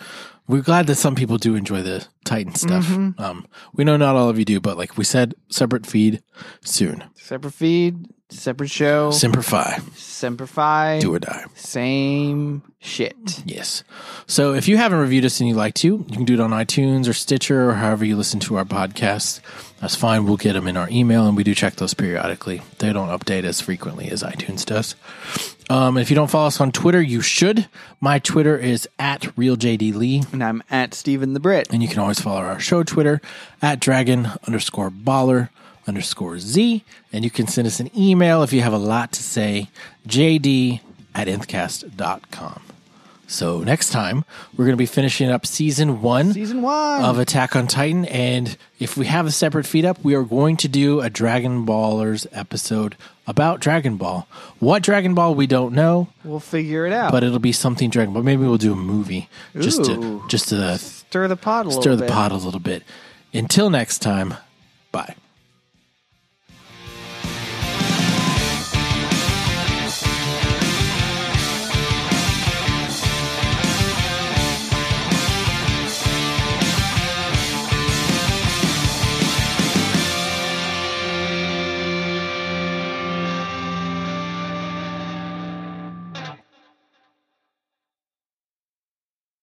[SPEAKER 2] We're glad that some people do enjoy the Titan stuff. Um, we know not all of you do, but like we said, separate feed soon.
[SPEAKER 1] Separate feed, separate show,
[SPEAKER 2] Simplify,
[SPEAKER 1] Semperfi,
[SPEAKER 2] do or die.
[SPEAKER 1] same shit.
[SPEAKER 2] Yes. So if you haven't reviewed us and you'd like to, you can do it on iTunes or Stitcher or however you listen to our podcast. That's fine. We'll get them in our email and we do check those periodically. They don't update as frequently as iTunes does. Um, if you don't follow us on Twitter, you should. My Twitter is at RealJDLee.
[SPEAKER 1] And I'm at Steven the Brit.
[SPEAKER 2] And you can always follow our show Twitter at dragon underscore baller underscore Z. And you can send us an email if you have a lot to say, jd at nthcast.com. So next time, we're going to be finishing up season one
[SPEAKER 1] Season one.
[SPEAKER 2] of Attack on Titan. And if we have a separate feed up, we are going to do a Dragon Ballers episode about Dragon Ball. What Dragon Ball, we don't know
[SPEAKER 1] We'll figure it out.
[SPEAKER 2] but it'll be something Dragon Ball. Maybe we'll do a movie just
[SPEAKER 1] Ooh.
[SPEAKER 2] to just to
[SPEAKER 1] stir the pot a little
[SPEAKER 2] stir the
[SPEAKER 1] bit.
[SPEAKER 2] pot a little bit. Until next time, bye.